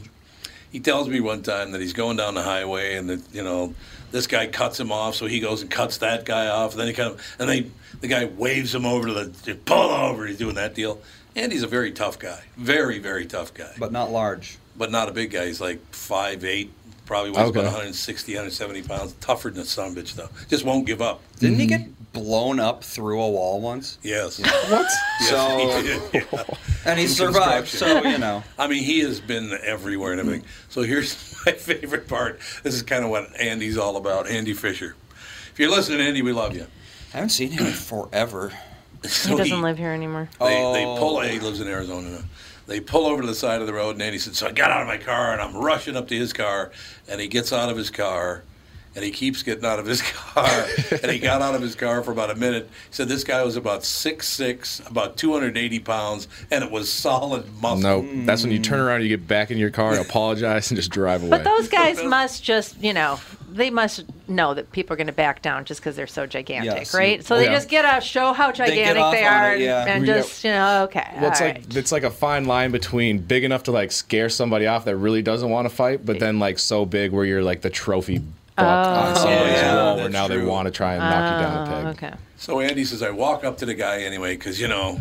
Speaker 1: He tells me one time that he's going down the highway and that, you know, this guy cuts him off, so he goes and cuts that guy off, and then he kind of and they the guy waves him over to the pull over, he's doing that deal. Andy's a very tough guy. Very, very tough guy.
Speaker 4: but not large.
Speaker 1: but not a big guy. He's like five eight, probably weighs about
Speaker 2: Okay.
Speaker 1: 160, 170 pounds. Tougher than a son of a bitch, though. Just won't give up.
Speaker 4: Didn't he get blown up through a wall once?
Speaker 1: Yes.
Speaker 2: What?
Speaker 1: Yes,
Speaker 4: So
Speaker 1: he did. Yeah.
Speaker 4: and he survived. So you know,
Speaker 1: I mean, he has been everywhere and everything. So here's my favorite part. This is kind of what Andy's all about. Andy Fisher. If you're listening, Andy, we love you.
Speaker 4: I haven't seen him in forever.
Speaker 3: He
Speaker 1: So
Speaker 3: doesn't live here anymore.
Speaker 1: They, they pull. He lives in Arizona. now. They pull over to the side of the road, and Andy said, "So I got out of my car, and I'm rushing up to his car." And he gets out of his car, and he keeps getting out of his car. and he got out of his car for about a minute. He said this guy was about six six, about 280 pounds, and it was solid muscle.
Speaker 2: No, that's when you
Speaker 1: Hmm.
Speaker 2: turn around, you get back in your car and apologize and just drive away.
Speaker 3: But those guys must just, you know, they must know that people are going to back down just because they're so gigantic,
Speaker 4: Yes.
Speaker 3: right? So they
Speaker 2: Yeah.
Speaker 3: just get out, show how
Speaker 4: get
Speaker 3: gigantic
Speaker 4: off
Speaker 3: they
Speaker 4: on
Speaker 3: are,
Speaker 4: it, yeah.
Speaker 3: and
Speaker 2: Yeah.
Speaker 3: just, you know, okay.
Speaker 2: Well, it's
Speaker 3: all
Speaker 2: like
Speaker 3: right.
Speaker 2: it's like a fine line between big enough to like scare somebody off that really doesn't want to fight, but then like so big where you're like the trophy
Speaker 3: Oh.
Speaker 2: buck on somebody's
Speaker 4: yeah,
Speaker 2: wall where
Speaker 4: that's
Speaker 2: now they
Speaker 4: true.
Speaker 2: want to try and knock you down a peg.
Speaker 3: Oh, okay.
Speaker 1: So Andy says, I walk up to the guy anyway, because, you know,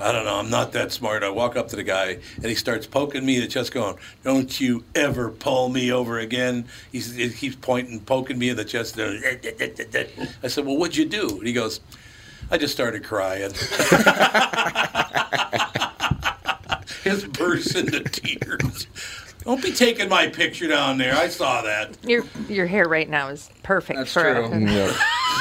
Speaker 1: I don't know, I'm not that smart. I walk up to the guy, and he starts poking me in the chest, going, Don't you ever pull me over again. He's, he keeps pointing, poking me in the chest. and I said, Well, what'd you do? And he goes, I just started crying. Just burst into tears. Don't be taking my picture down there. I saw that.
Speaker 3: Your your hair right now is perfect
Speaker 4: That's
Speaker 3: for
Speaker 4: true.
Speaker 3: A,
Speaker 2: Yeah.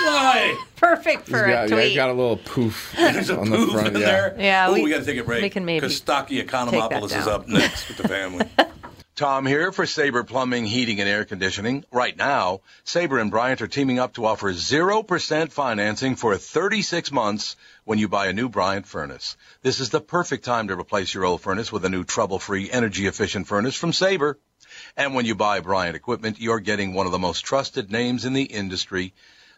Speaker 1: Why?
Speaker 3: perfect
Speaker 2: Mm. He's
Speaker 3: for
Speaker 2: got,
Speaker 3: a
Speaker 2: yeah,
Speaker 3: tweet.
Speaker 2: he's got a little poof
Speaker 1: There's a
Speaker 2: on the
Speaker 1: poof
Speaker 2: front.
Speaker 1: in
Speaker 2: yeah.
Speaker 1: there.
Speaker 3: Yeah,
Speaker 1: Ooh, we,
Speaker 3: we-
Speaker 1: got to take a break.
Speaker 3: we can maybe
Speaker 1: Kostaki
Speaker 3: take
Speaker 1: Economopoulos
Speaker 3: that
Speaker 1: is
Speaker 3: down.
Speaker 1: up next with the family.
Speaker 7: Tom here for Sabre Plumbing, Heating, and Air Conditioning. Right now, Sabre and Bryant are teaming up to offer 0% financing for 36 months when you buy a new Bryant furnace. This is the perfect time to replace your old furnace with a new trouble-free, energy-efficient furnace from Sabre. And when you buy Bryant equipment, you're getting one of the most trusted names in the industry.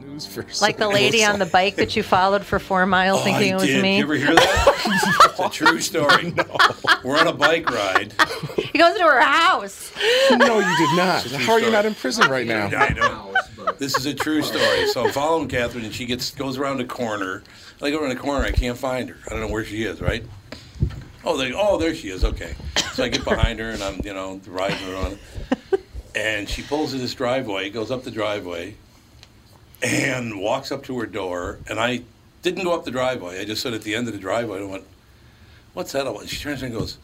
Speaker 2: News first.
Speaker 3: like the lady on the bike that you followed for four miles
Speaker 2: Oh,
Speaker 3: thinking it was
Speaker 1: did.
Speaker 3: me.
Speaker 1: You ever hear that? it's a true story. We're on a bike ride.
Speaker 3: He goes to her house.
Speaker 2: No, you did not. How are you not in prison right now?
Speaker 1: I know. This is a true story. So I'm following Catherine, and she gets goes around a corner. I go around a corner, I can't find her. I don't know where she is. Right? Oh, they, oh, there she is. Okay. So I get behind her, and I'm you know riding her on, and she pulls in this driveway, goes up the driveway, and walks up to her door. And I didn't go up the driveway. I just stood at the end of the driveway and went, "What's that?" about?" She turns and goes.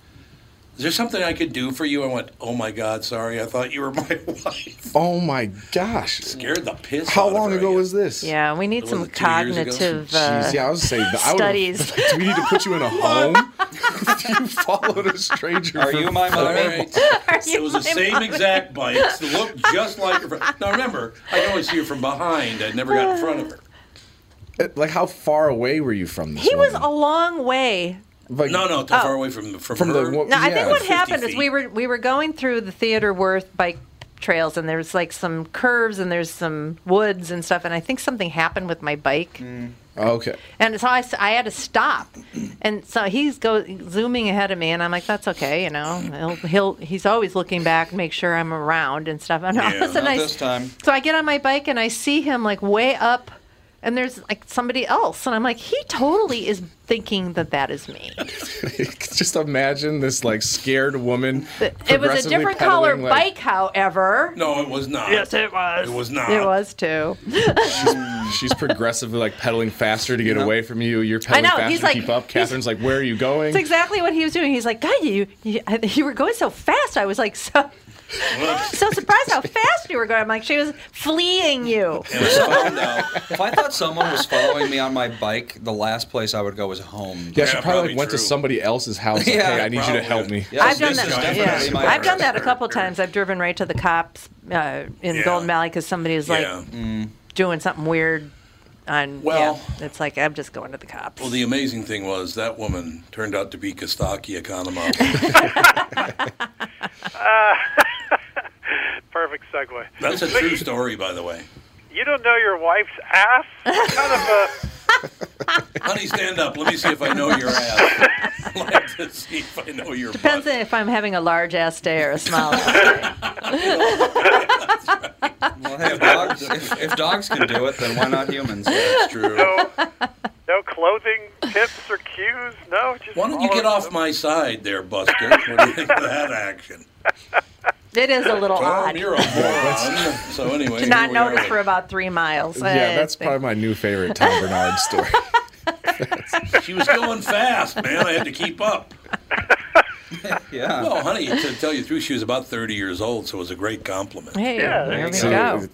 Speaker 1: Is there something I could do for you? I went, oh my God, sorry. I thought you were my wife
Speaker 2: Oh my gosh.
Speaker 1: scared the piss.
Speaker 2: How
Speaker 1: out of
Speaker 2: long
Speaker 1: her,
Speaker 2: ago
Speaker 1: I
Speaker 2: was
Speaker 1: guess.
Speaker 2: this?
Speaker 3: Yeah, we need
Speaker 1: Was
Speaker 3: some
Speaker 1: it two years ago?
Speaker 3: cognitive. Uh,
Speaker 2: Jeez, yeah, I was saying that. I would've-
Speaker 3: studies.
Speaker 2: Do we need to put you in a home? you followed a stranger.
Speaker 4: Are
Speaker 2: for-
Speaker 4: you my
Speaker 1: All
Speaker 4: mother?
Speaker 1: right.
Speaker 3: you
Speaker 1: It was the
Speaker 3: my
Speaker 1: same
Speaker 3: mother?
Speaker 1: exact bike. It looked just like her. fr- Now remember, I could always see her from behind. I never got in front of her.
Speaker 2: Like, how far away were you from this?
Speaker 3: He was
Speaker 2: woman?
Speaker 3: a long way.
Speaker 2: Like,
Speaker 1: No, no, too
Speaker 3: Oh.
Speaker 1: far away from from,
Speaker 2: From the
Speaker 1: her.
Speaker 2: wo-
Speaker 3: No, I
Speaker 2: Yeah,
Speaker 3: think what
Speaker 1: 50
Speaker 3: happened is we
Speaker 1: feet.
Speaker 3: were we were going through the Theater Worth bike trails, and there's like some curves and there's some woods and stuff, and I think something happened with my bike,
Speaker 2: Mm. Okay.
Speaker 3: and so I, s- I had to stop, and so he's go zooming ahead of me, and I'm like, that's okay, you know, he'll, he'll he's always looking back, make sure I'm around and stuff, and all
Speaker 1: Yeah,
Speaker 3: of a sudden
Speaker 4: Not
Speaker 3: I s-
Speaker 4: this time.
Speaker 3: so I get on my bike and I see him like way up and there's like somebody else, and I'm like, he totally is thinking that that is me.
Speaker 2: Just imagine this like scared woman.
Speaker 3: It was a
Speaker 2: progressively
Speaker 3: different color
Speaker 2: pedaling, like-
Speaker 3: bike, however.
Speaker 1: No, it was not.
Speaker 3: Yes, it was.
Speaker 1: It was not.
Speaker 3: It was too.
Speaker 2: She's progressively like pedaling faster to get away from you. You're
Speaker 3: I
Speaker 2: pedaling
Speaker 3: know,
Speaker 2: faster
Speaker 3: he's
Speaker 2: to
Speaker 3: like-
Speaker 2: keep up. Catherine's like, "Where are you going?"
Speaker 3: It's exactly what he was doing. He's like, God, you you, I- you were going so fast. I was like, so so surprised how fast you were going. I'm like, she was fleeing you.
Speaker 4: If I thought someone was following me on my bike, the last place I would go was home.
Speaker 2: yeah, she probably, like, went to somebody else's house. Like,
Speaker 4: Yeah,
Speaker 2: hey, I need you to help me.
Speaker 4: Yeah,
Speaker 3: I've done
Speaker 4: this is
Speaker 3: that.
Speaker 4: definitely
Speaker 3: yeah.
Speaker 4: my
Speaker 3: I've done that a couple times. I've driven right to the cops uh, in
Speaker 4: Yeah.
Speaker 3: Golden Valley because somebody was like
Speaker 1: Mm.
Speaker 3: doing something weird. On
Speaker 1: Well-
Speaker 3: yeah, it's like I'm just going to the cops.
Speaker 1: Well, the amazing thing was that woman turned out to be Kostaki Economou.
Speaker 8: Uh, perfect segue.
Speaker 1: That's a
Speaker 8: So
Speaker 1: true
Speaker 8: you-
Speaker 1: story, by the way.
Speaker 8: You don't know your wife's ass? Kind of a
Speaker 1: Honey, stand up. Let me see if I know your ass. like to see if I know your butt.
Speaker 3: Depends on if I'm having a large ass day or a small. ass
Speaker 4: Well, hey, if dogs, if, if dogs can do it, then why not humans? That's true.
Speaker 3: Oh,
Speaker 8: no clothing tips or cues. No, just
Speaker 1: Why don't you get off my side there, Buster? What do you think of that action?
Speaker 3: It is a little
Speaker 1: Tom,
Speaker 3: odd.
Speaker 1: you're a moron. so anyway,
Speaker 3: Did
Speaker 1: here
Speaker 3: not
Speaker 1: we are.
Speaker 3: notice for about three miles.
Speaker 2: Yeah,
Speaker 3: I
Speaker 2: that's
Speaker 3: think-
Speaker 2: probably my new favorite Tom Bernard story.
Speaker 1: She was going fast, man. I had to keep up.
Speaker 4: Yeah.
Speaker 1: Well, honey, to tell you the truth, she was about 30 years old, so it was a great compliment.
Speaker 3: Hey,
Speaker 2: Yeah, there we go.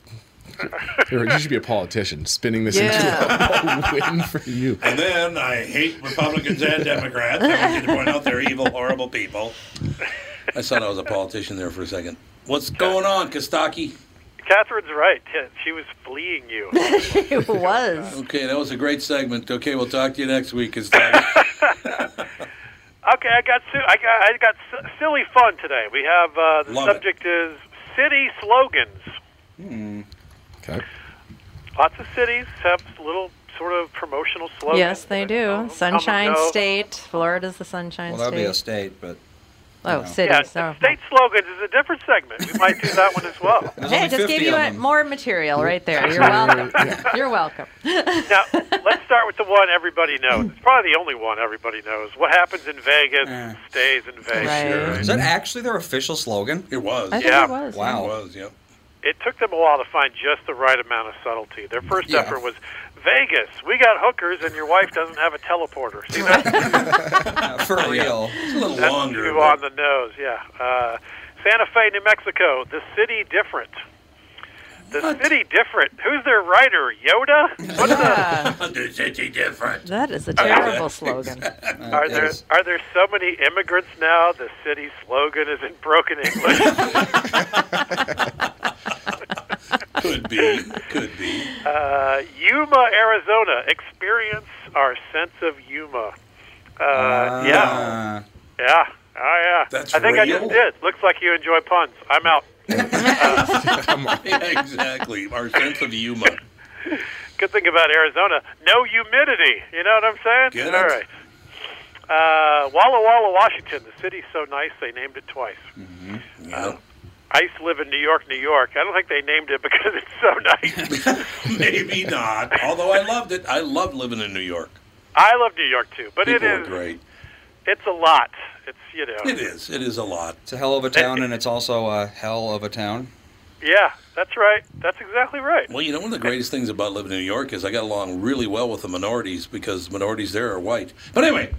Speaker 2: you should be a politician, spinning this into a win for you.
Speaker 1: And then I hate Republicans and Democrats. I want you to point out they're evil, horrible people. I thought I was a politician there for a second. What's going on, Kostaki?
Speaker 8: Catherine's right. Yeah, She was fleeing you.
Speaker 3: it was.
Speaker 1: Okay, that was a great segment. Okay, we'll talk to you next week, Kostaki.
Speaker 8: Okay, I got su- I got I got s- silly fun today. We have uh, the
Speaker 1: Love it.
Speaker 8: subject is city slogans.
Speaker 2: Okay.
Speaker 8: Lots of cities have little sort of promotional slogans.
Speaker 3: Yes, they do. Sunshine
Speaker 8: no.
Speaker 3: State. Florida's the Sunshine
Speaker 4: Well, that'd be
Speaker 3: State.
Speaker 4: a state, but
Speaker 3: oh,
Speaker 4: no.
Speaker 3: city.
Speaker 8: Yeah,
Speaker 3: so.
Speaker 8: State slogans is a different segment. We might do that one as well.
Speaker 4: There's
Speaker 3: Hey,
Speaker 4: only
Speaker 3: just gave
Speaker 4: 50
Speaker 3: you
Speaker 4: of
Speaker 3: a,
Speaker 4: them.
Speaker 3: more material right there. You're welcome. You're welcome.
Speaker 8: now, let's start with the one everybody knows. It's probably the only one everybody knows. What happens in Vegas
Speaker 1: Eh.
Speaker 8: stays in Vegas.
Speaker 4: Is that actually their official slogan?
Speaker 1: It was.
Speaker 8: I think Yeah. it was,
Speaker 4: Wow.
Speaker 8: yeah. It
Speaker 1: was, yep.
Speaker 8: It took them a while to find just the right amount of subtlety. Their first
Speaker 4: Yeah.
Speaker 8: effort was Vegas, we got hookers, and your wife doesn't have a teleporter. See that?
Speaker 4: For real. It's
Speaker 1: a little
Speaker 8: That's
Speaker 1: longer,
Speaker 8: too
Speaker 1: but-
Speaker 8: on the nose, yeah. Uh, Santa Fe, New Mexico, the city different. The city different. Who's their writer? Yoda? What
Speaker 1: the city different?
Speaker 3: That is a terrible slogan.
Speaker 8: Are there are there so many immigrants now? The city slogan is in broken English.
Speaker 1: could be, could be.
Speaker 8: Uh, Yuma, Arizona. Experience our sense of Yuma. Uh, yeah, yeah, oh yeah.
Speaker 1: Ah. That's
Speaker 8: I think I
Speaker 1: real?
Speaker 8: just did. Looks like you enjoy puns. I'm out.
Speaker 1: Yeah, exactly. Our sense of humor.
Speaker 8: Good thing about Arizona, no humidity. You know what I'm saying?
Speaker 1: Get it?
Speaker 8: All right. Uh, Walla Walla, Washington. The city's so nice they named it twice.
Speaker 1: Hmm. Yeah.
Speaker 8: I used to live in New York, New York. I don't think they named it because it's so nice.
Speaker 1: Maybe not. Although I loved it. I loved living in New York.
Speaker 8: I love New York too, but
Speaker 1: People
Speaker 8: it
Speaker 1: are
Speaker 8: is
Speaker 1: great.
Speaker 8: it's a lot. It's you know
Speaker 1: It is. It is a lot.
Speaker 4: It's a hell of a town, and it's also a hell of a town.
Speaker 8: Yeah, that's right. That's exactly right.
Speaker 1: Well, you know, one of the greatest things about living in New York is I got along really well with the minorities because minorities there are white. But anyway,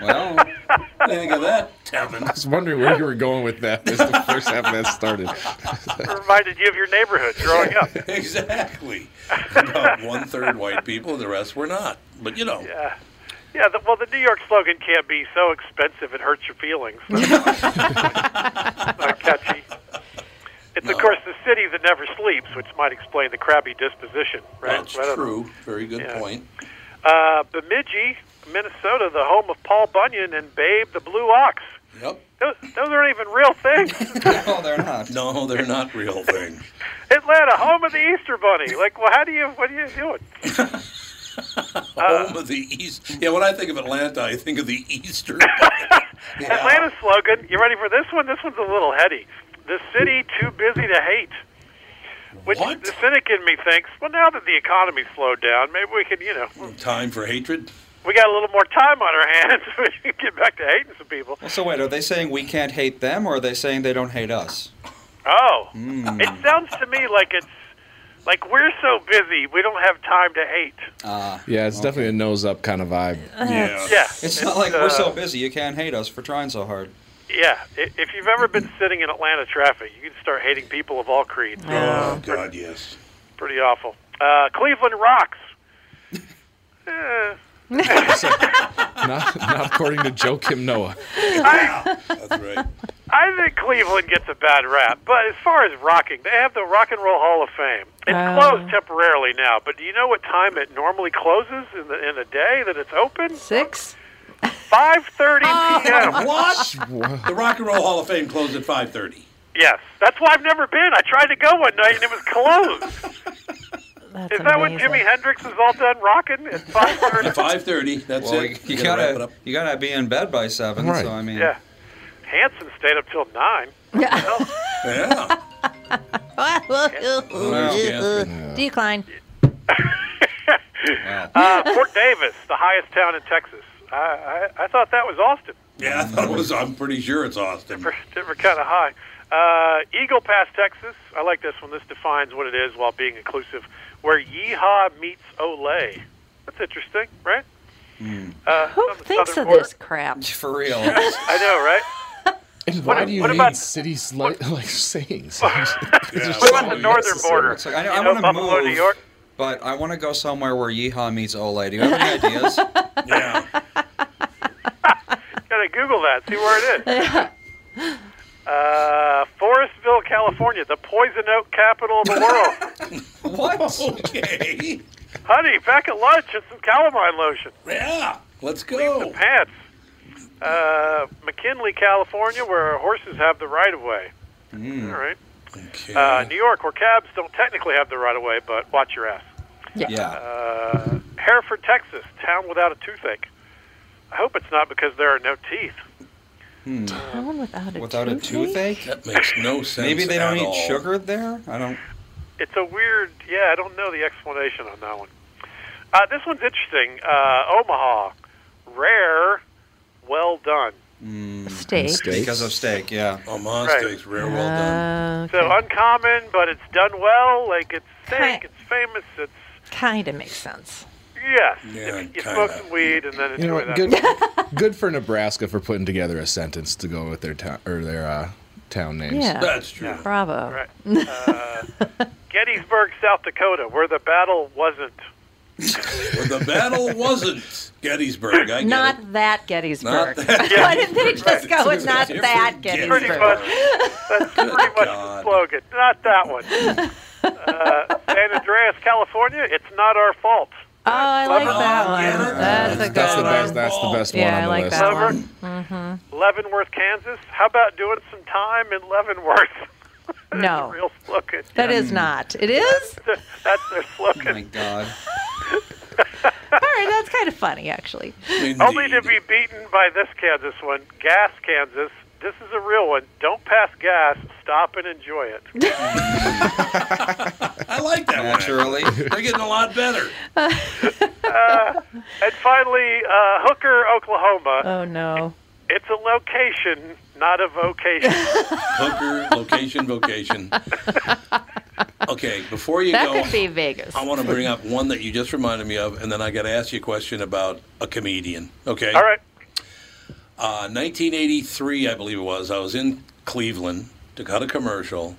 Speaker 4: well,
Speaker 1: think of that, Tevin.
Speaker 2: I was wondering where you were going with that as the first half that started.
Speaker 8: It reminded you of your neighborhood growing up.
Speaker 1: exactly. About one third white people, the rest were not. But you know,
Speaker 8: Yeah. Yeah, the, well, the New York slogan can't be so expensive it hurts your feelings. Not catchy. It's, of course, the city that never sleeps, which might explain the crabby disposition, right?
Speaker 1: that's
Speaker 8: I don't know.
Speaker 1: true. Very good
Speaker 8: Yeah.
Speaker 1: point.
Speaker 8: Uh, Bemidji, Minnesota, the home of Paul Bunyan and Babe the Blue Ox.
Speaker 1: Yep.
Speaker 8: Those, those aren't even real things.
Speaker 4: No, they're not.
Speaker 1: No, they're not real things.
Speaker 8: Atlanta, home of the Easter Bunny. Like, well, how do you, what are you doing?
Speaker 4: Uh,
Speaker 1: Home of the East. Yeah, when I think of Atlanta, I think of the Easter. Yeah.
Speaker 8: Atlanta's slogan. You ready for this one? This one's a little heady. The city too busy to hate. Which the cynic in me thinks, well, now that the economy's slowed down, maybe we could, you know,
Speaker 1: Time for hatred?
Speaker 8: we got a little more time on our hands. we can get back to hating some people.
Speaker 4: Well, so wait, are they saying we can't hate them, or are they saying they don't hate us?
Speaker 8: Oh,
Speaker 4: Hmm.
Speaker 8: it sounds to me like it's like we're so busy we don't have time to hate.
Speaker 2: yeah, it's definitely a nose up kind of vibe.
Speaker 8: Yeah. Yeah.
Speaker 4: It's not like we're
Speaker 8: It's, uh,
Speaker 4: so busy you can't hate us for trying so hard.
Speaker 8: Yeah, i- if you've ever been sitting in Atlanta traffic, you can start hating people of all creeds.
Speaker 1: Oh, God, yes.
Speaker 8: Pretty awful. Uh, Cleveland rocks. Eh.
Speaker 2: not, not according to Joe Kim Noah.
Speaker 8: I, I think Cleveland gets a bad rap, but as far as rocking, they have the Rock and Roll Hall of Fame. It's
Speaker 9: Oh.
Speaker 8: closed temporarily now, but do you know what time it normally closes in the in a day that it's open?
Speaker 3: Six.
Speaker 8: Five thirty p.m.
Speaker 1: what? the Rock and Roll Hall of Fame closed at 5.30.
Speaker 8: Yes, that's why I've never been. I tried to go one night and it was closed. Is that when Jimi Hendrix is all done rocking at five thirty?
Speaker 1: Five thirty. That's
Speaker 4: well,
Speaker 1: it.
Speaker 4: You,
Speaker 1: You gotta
Speaker 4: gotta,
Speaker 1: wrap it
Speaker 4: you gotta be in bed by seven.
Speaker 1: Right.
Speaker 4: So I mean,
Speaker 8: Yeah. Hanson stayed up till nine.
Speaker 1: Yeah.
Speaker 3: Decline.
Speaker 8: uh, Fort Davis, the highest town in Texas. I, I, I thought that was Austin.
Speaker 1: Yeah, I thought it was, I'm pretty sure it's Austin.
Speaker 8: Different kind of high. Uh, Eagle Pass, Texas. I like this one. This defines what it is while being inclusive. Where yeehaw meets Olay. That's interesting, right? Uh, Who
Speaker 3: Thanks for this crap.
Speaker 4: For real.
Speaker 8: I know, right?
Speaker 2: And
Speaker 8: What
Speaker 2: why
Speaker 8: a-
Speaker 2: do you
Speaker 8: what
Speaker 2: need
Speaker 8: about-
Speaker 2: cities like, like sayings?
Speaker 8: What about the northern border?
Speaker 4: It's like, I, know,
Speaker 8: You
Speaker 4: I want to
Speaker 8: Buffalo,
Speaker 4: move,
Speaker 8: New York.
Speaker 4: but I want to go somewhere where Yeehaw meets Olay. Do you have any ideas?
Speaker 1: yeah.
Speaker 8: Gotta Google that. See where it is. Uh, Forestville, California, the poison oak capital of the world.
Speaker 4: what?
Speaker 1: Okay.
Speaker 8: Honey, back at lunch and some calamine lotion.
Speaker 1: Yeah, let's go.
Speaker 8: Leave the pants. Uh, McKinley, California, where horses have the right of way. All right. Uh, New York, where cabs don't technically have the right of way, but watch your ass.
Speaker 4: Yeah.
Speaker 8: Uh, Hereford, Texas, town without a toothache. I hope it's not because there are no teeth.
Speaker 3: Town without a
Speaker 4: Without a toothache?
Speaker 1: That makes no sense.
Speaker 4: Maybe they don't
Speaker 1: at
Speaker 4: eat
Speaker 1: all.
Speaker 4: sugar there. I don't.
Speaker 8: It's a weird, yeah, I don't know the explanation on that one. Uh, this one's interesting. Uh, Omaha, rare, well done.
Speaker 3: Steak.
Speaker 4: Because of steak, yeah.
Speaker 1: Oh, mom
Speaker 8: Right.
Speaker 1: steaks, rare, well done.
Speaker 8: So uncommon, but it's done well. Like it's steak, it's famous, it's
Speaker 3: Kind of makes sense.
Speaker 8: Yes.
Speaker 1: Yeah,
Speaker 8: if you
Speaker 1: kinda.
Speaker 8: smoke some weed and then enjoy
Speaker 2: You know,
Speaker 8: that.
Speaker 2: what, good, good for Nebraska for putting together a sentence to go with their town or their uh, town names.
Speaker 3: Yeah. That's true. Uh, Yeah. Bravo.
Speaker 8: Right. Uh, Gettysburg, South Dakota, where the battle wasn't.
Speaker 1: Well, the battle wasn't Gettysburg. I get
Speaker 3: Not
Speaker 1: it.
Speaker 3: that Gettysburg.
Speaker 1: Not that
Speaker 3: Why didn't they just go with not
Speaker 1: Different
Speaker 3: that
Speaker 1: Gettysburg.
Speaker 3: Gettysburg?
Speaker 8: Pretty much. That's pretty much the slogan. Not that one. Uh, San Andreas, California, it's not our fault.
Speaker 3: Oh, I like that one. That's a good
Speaker 2: That's the
Speaker 3: one.
Speaker 2: best. That's the best
Speaker 3: yeah,
Speaker 2: one on
Speaker 3: I
Speaker 2: the
Speaker 3: like
Speaker 2: list.
Speaker 3: that one. Mhm.
Speaker 8: Leavenworth, Kansas. How about doing some time in Leavenworth?
Speaker 3: No.
Speaker 8: Real slogan.
Speaker 3: Oh. That is not. It is?
Speaker 8: That's their slogan.
Speaker 4: my God.
Speaker 3: All right, that's kind of funny, actually.
Speaker 8: Only to be beaten by this Kansas one, Gas, Kansas. This is a real one. Don't pass gas. Stop and enjoy it.
Speaker 1: I like that
Speaker 4: Naturally.
Speaker 1: one. They're getting a lot better.
Speaker 8: Uh, and finally, uh, Hooker, Oklahoma.
Speaker 3: Oh, no.
Speaker 8: It's a location, not a vocation.
Speaker 1: Hooker, location, vocation. Okay, before you
Speaker 3: That
Speaker 1: go,
Speaker 3: could be Vegas.
Speaker 1: I want to bring up one that you just reminded me of, and then I got to ask you a question about a comedian. Okay.
Speaker 8: All right.
Speaker 1: Uh, 1983, I believe it was. I was in Cleveland to cut a commercial,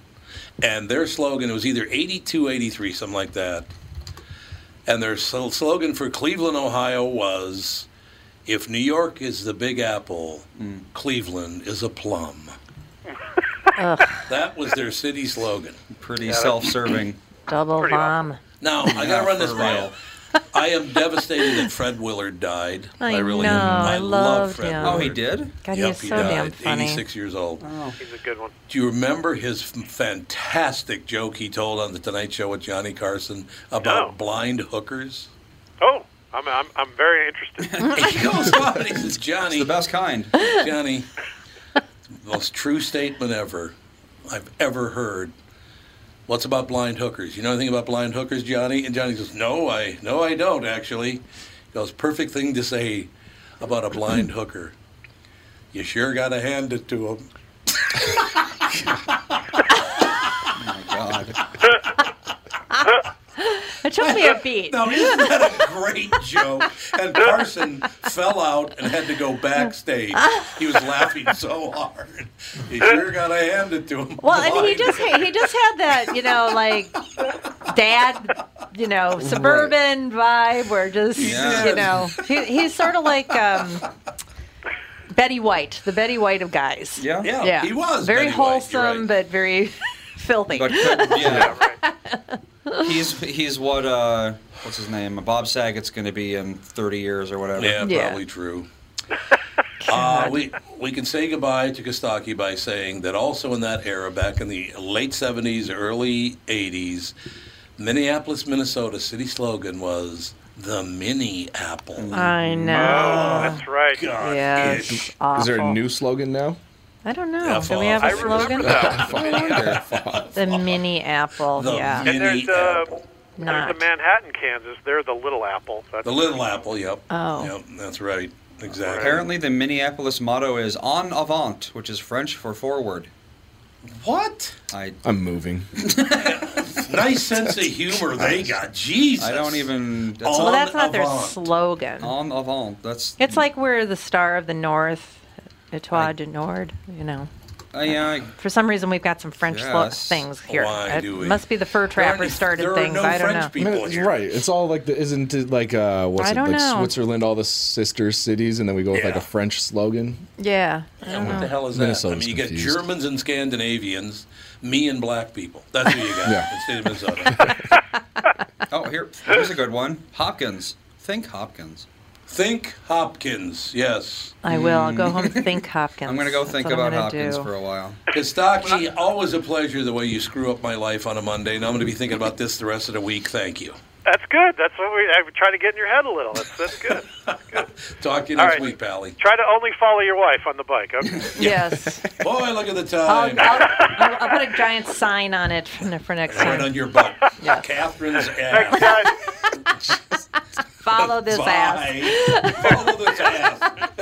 Speaker 1: and their slogan it was either 82, 83, something like that. And their sl- slogan for Cleveland, Ohio was, "If New York is the Big Apple, Cleveland is a plum." that was their city slogan.
Speaker 4: Pretty self-serving.
Speaker 3: Double bomb.
Speaker 1: Now I gotta
Speaker 4: Yeah,
Speaker 1: run this
Speaker 4: for
Speaker 1: by you. I am devastated that Fred Willard died.
Speaker 3: I
Speaker 1: really
Speaker 3: know,
Speaker 1: am.
Speaker 3: I
Speaker 1: I love
Speaker 3: loved
Speaker 1: Fred
Speaker 3: him.
Speaker 1: Willard.
Speaker 3: Oh, he
Speaker 4: did?
Speaker 3: God, he
Speaker 1: yep,
Speaker 3: was so damn
Speaker 1: died,
Speaker 3: funny.
Speaker 1: 86 years old.
Speaker 8: He's a good one.
Speaker 1: Do you remember his f- fantastic joke he told on the Tonight Show with Johnny Carson about blind hookers?
Speaker 8: Oh, I'm, I'm, I'm very interested.
Speaker 1: He goes on and he says, Johnny. the
Speaker 4: best kind.
Speaker 1: Johnny, most true statement ever I've ever heard. What's about blind hookers? You know anything about blind hookers, Johnny? And Johnny says, No, I no I don't actually. He goes, perfect thing to say about a blind hooker. You sure gotta hand it to him.
Speaker 3: It took me a beat.
Speaker 1: Now, isn't that a great joke? And Carson fell out and had to go backstage. He was laughing so hard. You sure got to hand it to him.
Speaker 3: Well, and he just he just had that you know like dad you know suburban vibe where just
Speaker 1: Yeah.
Speaker 3: you know he, he's sort of like um, Betty White, the Betty White of guys.
Speaker 4: Yeah. Yeah,
Speaker 3: yeah.
Speaker 4: he was
Speaker 3: very
Speaker 4: Betty White,
Speaker 3: wholesome
Speaker 4: you're
Speaker 3: but very filthy.
Speaker 4: But could- yeah, he's he's what uh, what's his name? Bob Saget's going to be in 30 years or whatever.
Speaker 1: Yeah, Yeah. probably true. Uh, we we can say goodbye to Kostaki by saying that also in that era, back in the late '70s, early '80s, Minneapolis, Minnesota city slogan was the mini apple.
Speaker 4: Mm.
Speaker 3: I know.
Speaker 8: that's right.
Speaker 1: Oh, God,
Speaker 3: Mm. Yeah,
Speaker 1: ish.
Speaker 3: it's
Speaker 2: Is there a
Speaker 3: awful.
Speaker 2: new slogan now?
Speaker 4: Oh.
Speaker 3: I don't know.
Speaker 2: Yeah,
Speaker 3: Do we have a
Speaker 2: I
Speaker 3: slogan?
Speaker 2: remember
Speaker 3: I
Speaker 2: that.
Speaker 3: wonder. the mini apple.
Speaker 1: The
Speaker 3: yeah.
Speaker 8: And there's uh, there's
Speaker 3: Not.
Speaker 8: the Manhattan, Kansas. They're the Little Apple. That's
Speaker 1: The Little Apple, yep.
Speaker 3: Oh.
Speaker 1: Yep, that's right. Exactly.
Speaker 4: Apparently, the Minneapolis motto is "En avant," which is French for forward.
Speaker 1: What?
Speaker 4: I
Speaker 2: I'm moving.
Speaker 1: nice sense of humor they got. Jesus.
Speaker 4: I don't even. That's en
Speaker 3: well, Oh, that's not their
Speaker 4: avant.
Speaker 3: slogan.
Speaker 4: En avant. That's.
Speaker 3: It's like we're the Star of the North, Etoile du Nord. You know.
Speaker 4: Uh, yeah, I-
Speaker 3: For some reason, we've got some French slo-
Speaker 4: Yes.
Speaker 3: things here.
Speaker 4: Why
Speaker 3: it
Speaker 4: do we?
Speaker 3: must be the fur
Speaker 4: There are
Speaker 3: trapper
Speaker 4: any-
Speaker 3: started
Speaker 4: there are
Speaker 3: things.
Speaker 4: no
Speaker 3: I don't
Speaker 4: French
Speaker 3: know.
Speaker 2: I mean, it's right. It's all like the isn't it like uh what's
Speaker 3: I
Speaker 2: it
Speaker 3: don't
Speaker 2: like
Speaker 3: know.
Speaker 2: Switzerland, all the sister cities, and then we go with like a French slogan.
Speaker 3: Yeah.
Speaker 1: And what the hell is that? I
Speaker 2: Minnesota's
Speaker 1: mean, you
Speaker 2: confused.
Speaker 1: got Germans and Scandinavians, me and black people. That's who you got
Speaker 2: Yeah.
Speaker 1: in the state of Minnesota.
Speaker 4: oh, here, here's a good one. Hopkins. Think Hopkins.
Speaker 1: Think Hopkins. Yes.
Speaker 3: I will. I'll go home and think Hopkins.
Speaker 4: Mm. I'm gonna go
Speaker 3: That's
Speaker 4: think
Speaker 3: what I'm
Speaker 4: about
Speaker 3: gonna
Speaker 4: Hopkins
Speaker 3: do.
Speaker 4: for a while.
Speaker 1: Kostaki, always a pleasure the way you screw up my life on a Monday, and I'm going to be thinking about this the rest of the week. Thank you.
Speaker 8: that's good. That's what we. I try to get in your head a little. That's that's good.
Speaker 1: Talk to you
Speaker 8: All
Speaker 1: next
Speaker 8: right.
Speaker 1: week, Pally.
Speaker 8: try to only follow your wife on the bike. Okay.
Speaker 3: Yes.
Speaker 1: Boy, look at the
Speaker 3: I'll,
Speaker 1: time.
Speaker 3: I'll, I'll, I'll put a giant sign on it for, for next
Speaker 1: Right
Speaker 3: time.
Speaker 1: on your butt. Catherine's ass.
Speaker 3: Follow this ass.
Speaker 1: Bye. Follow this ass.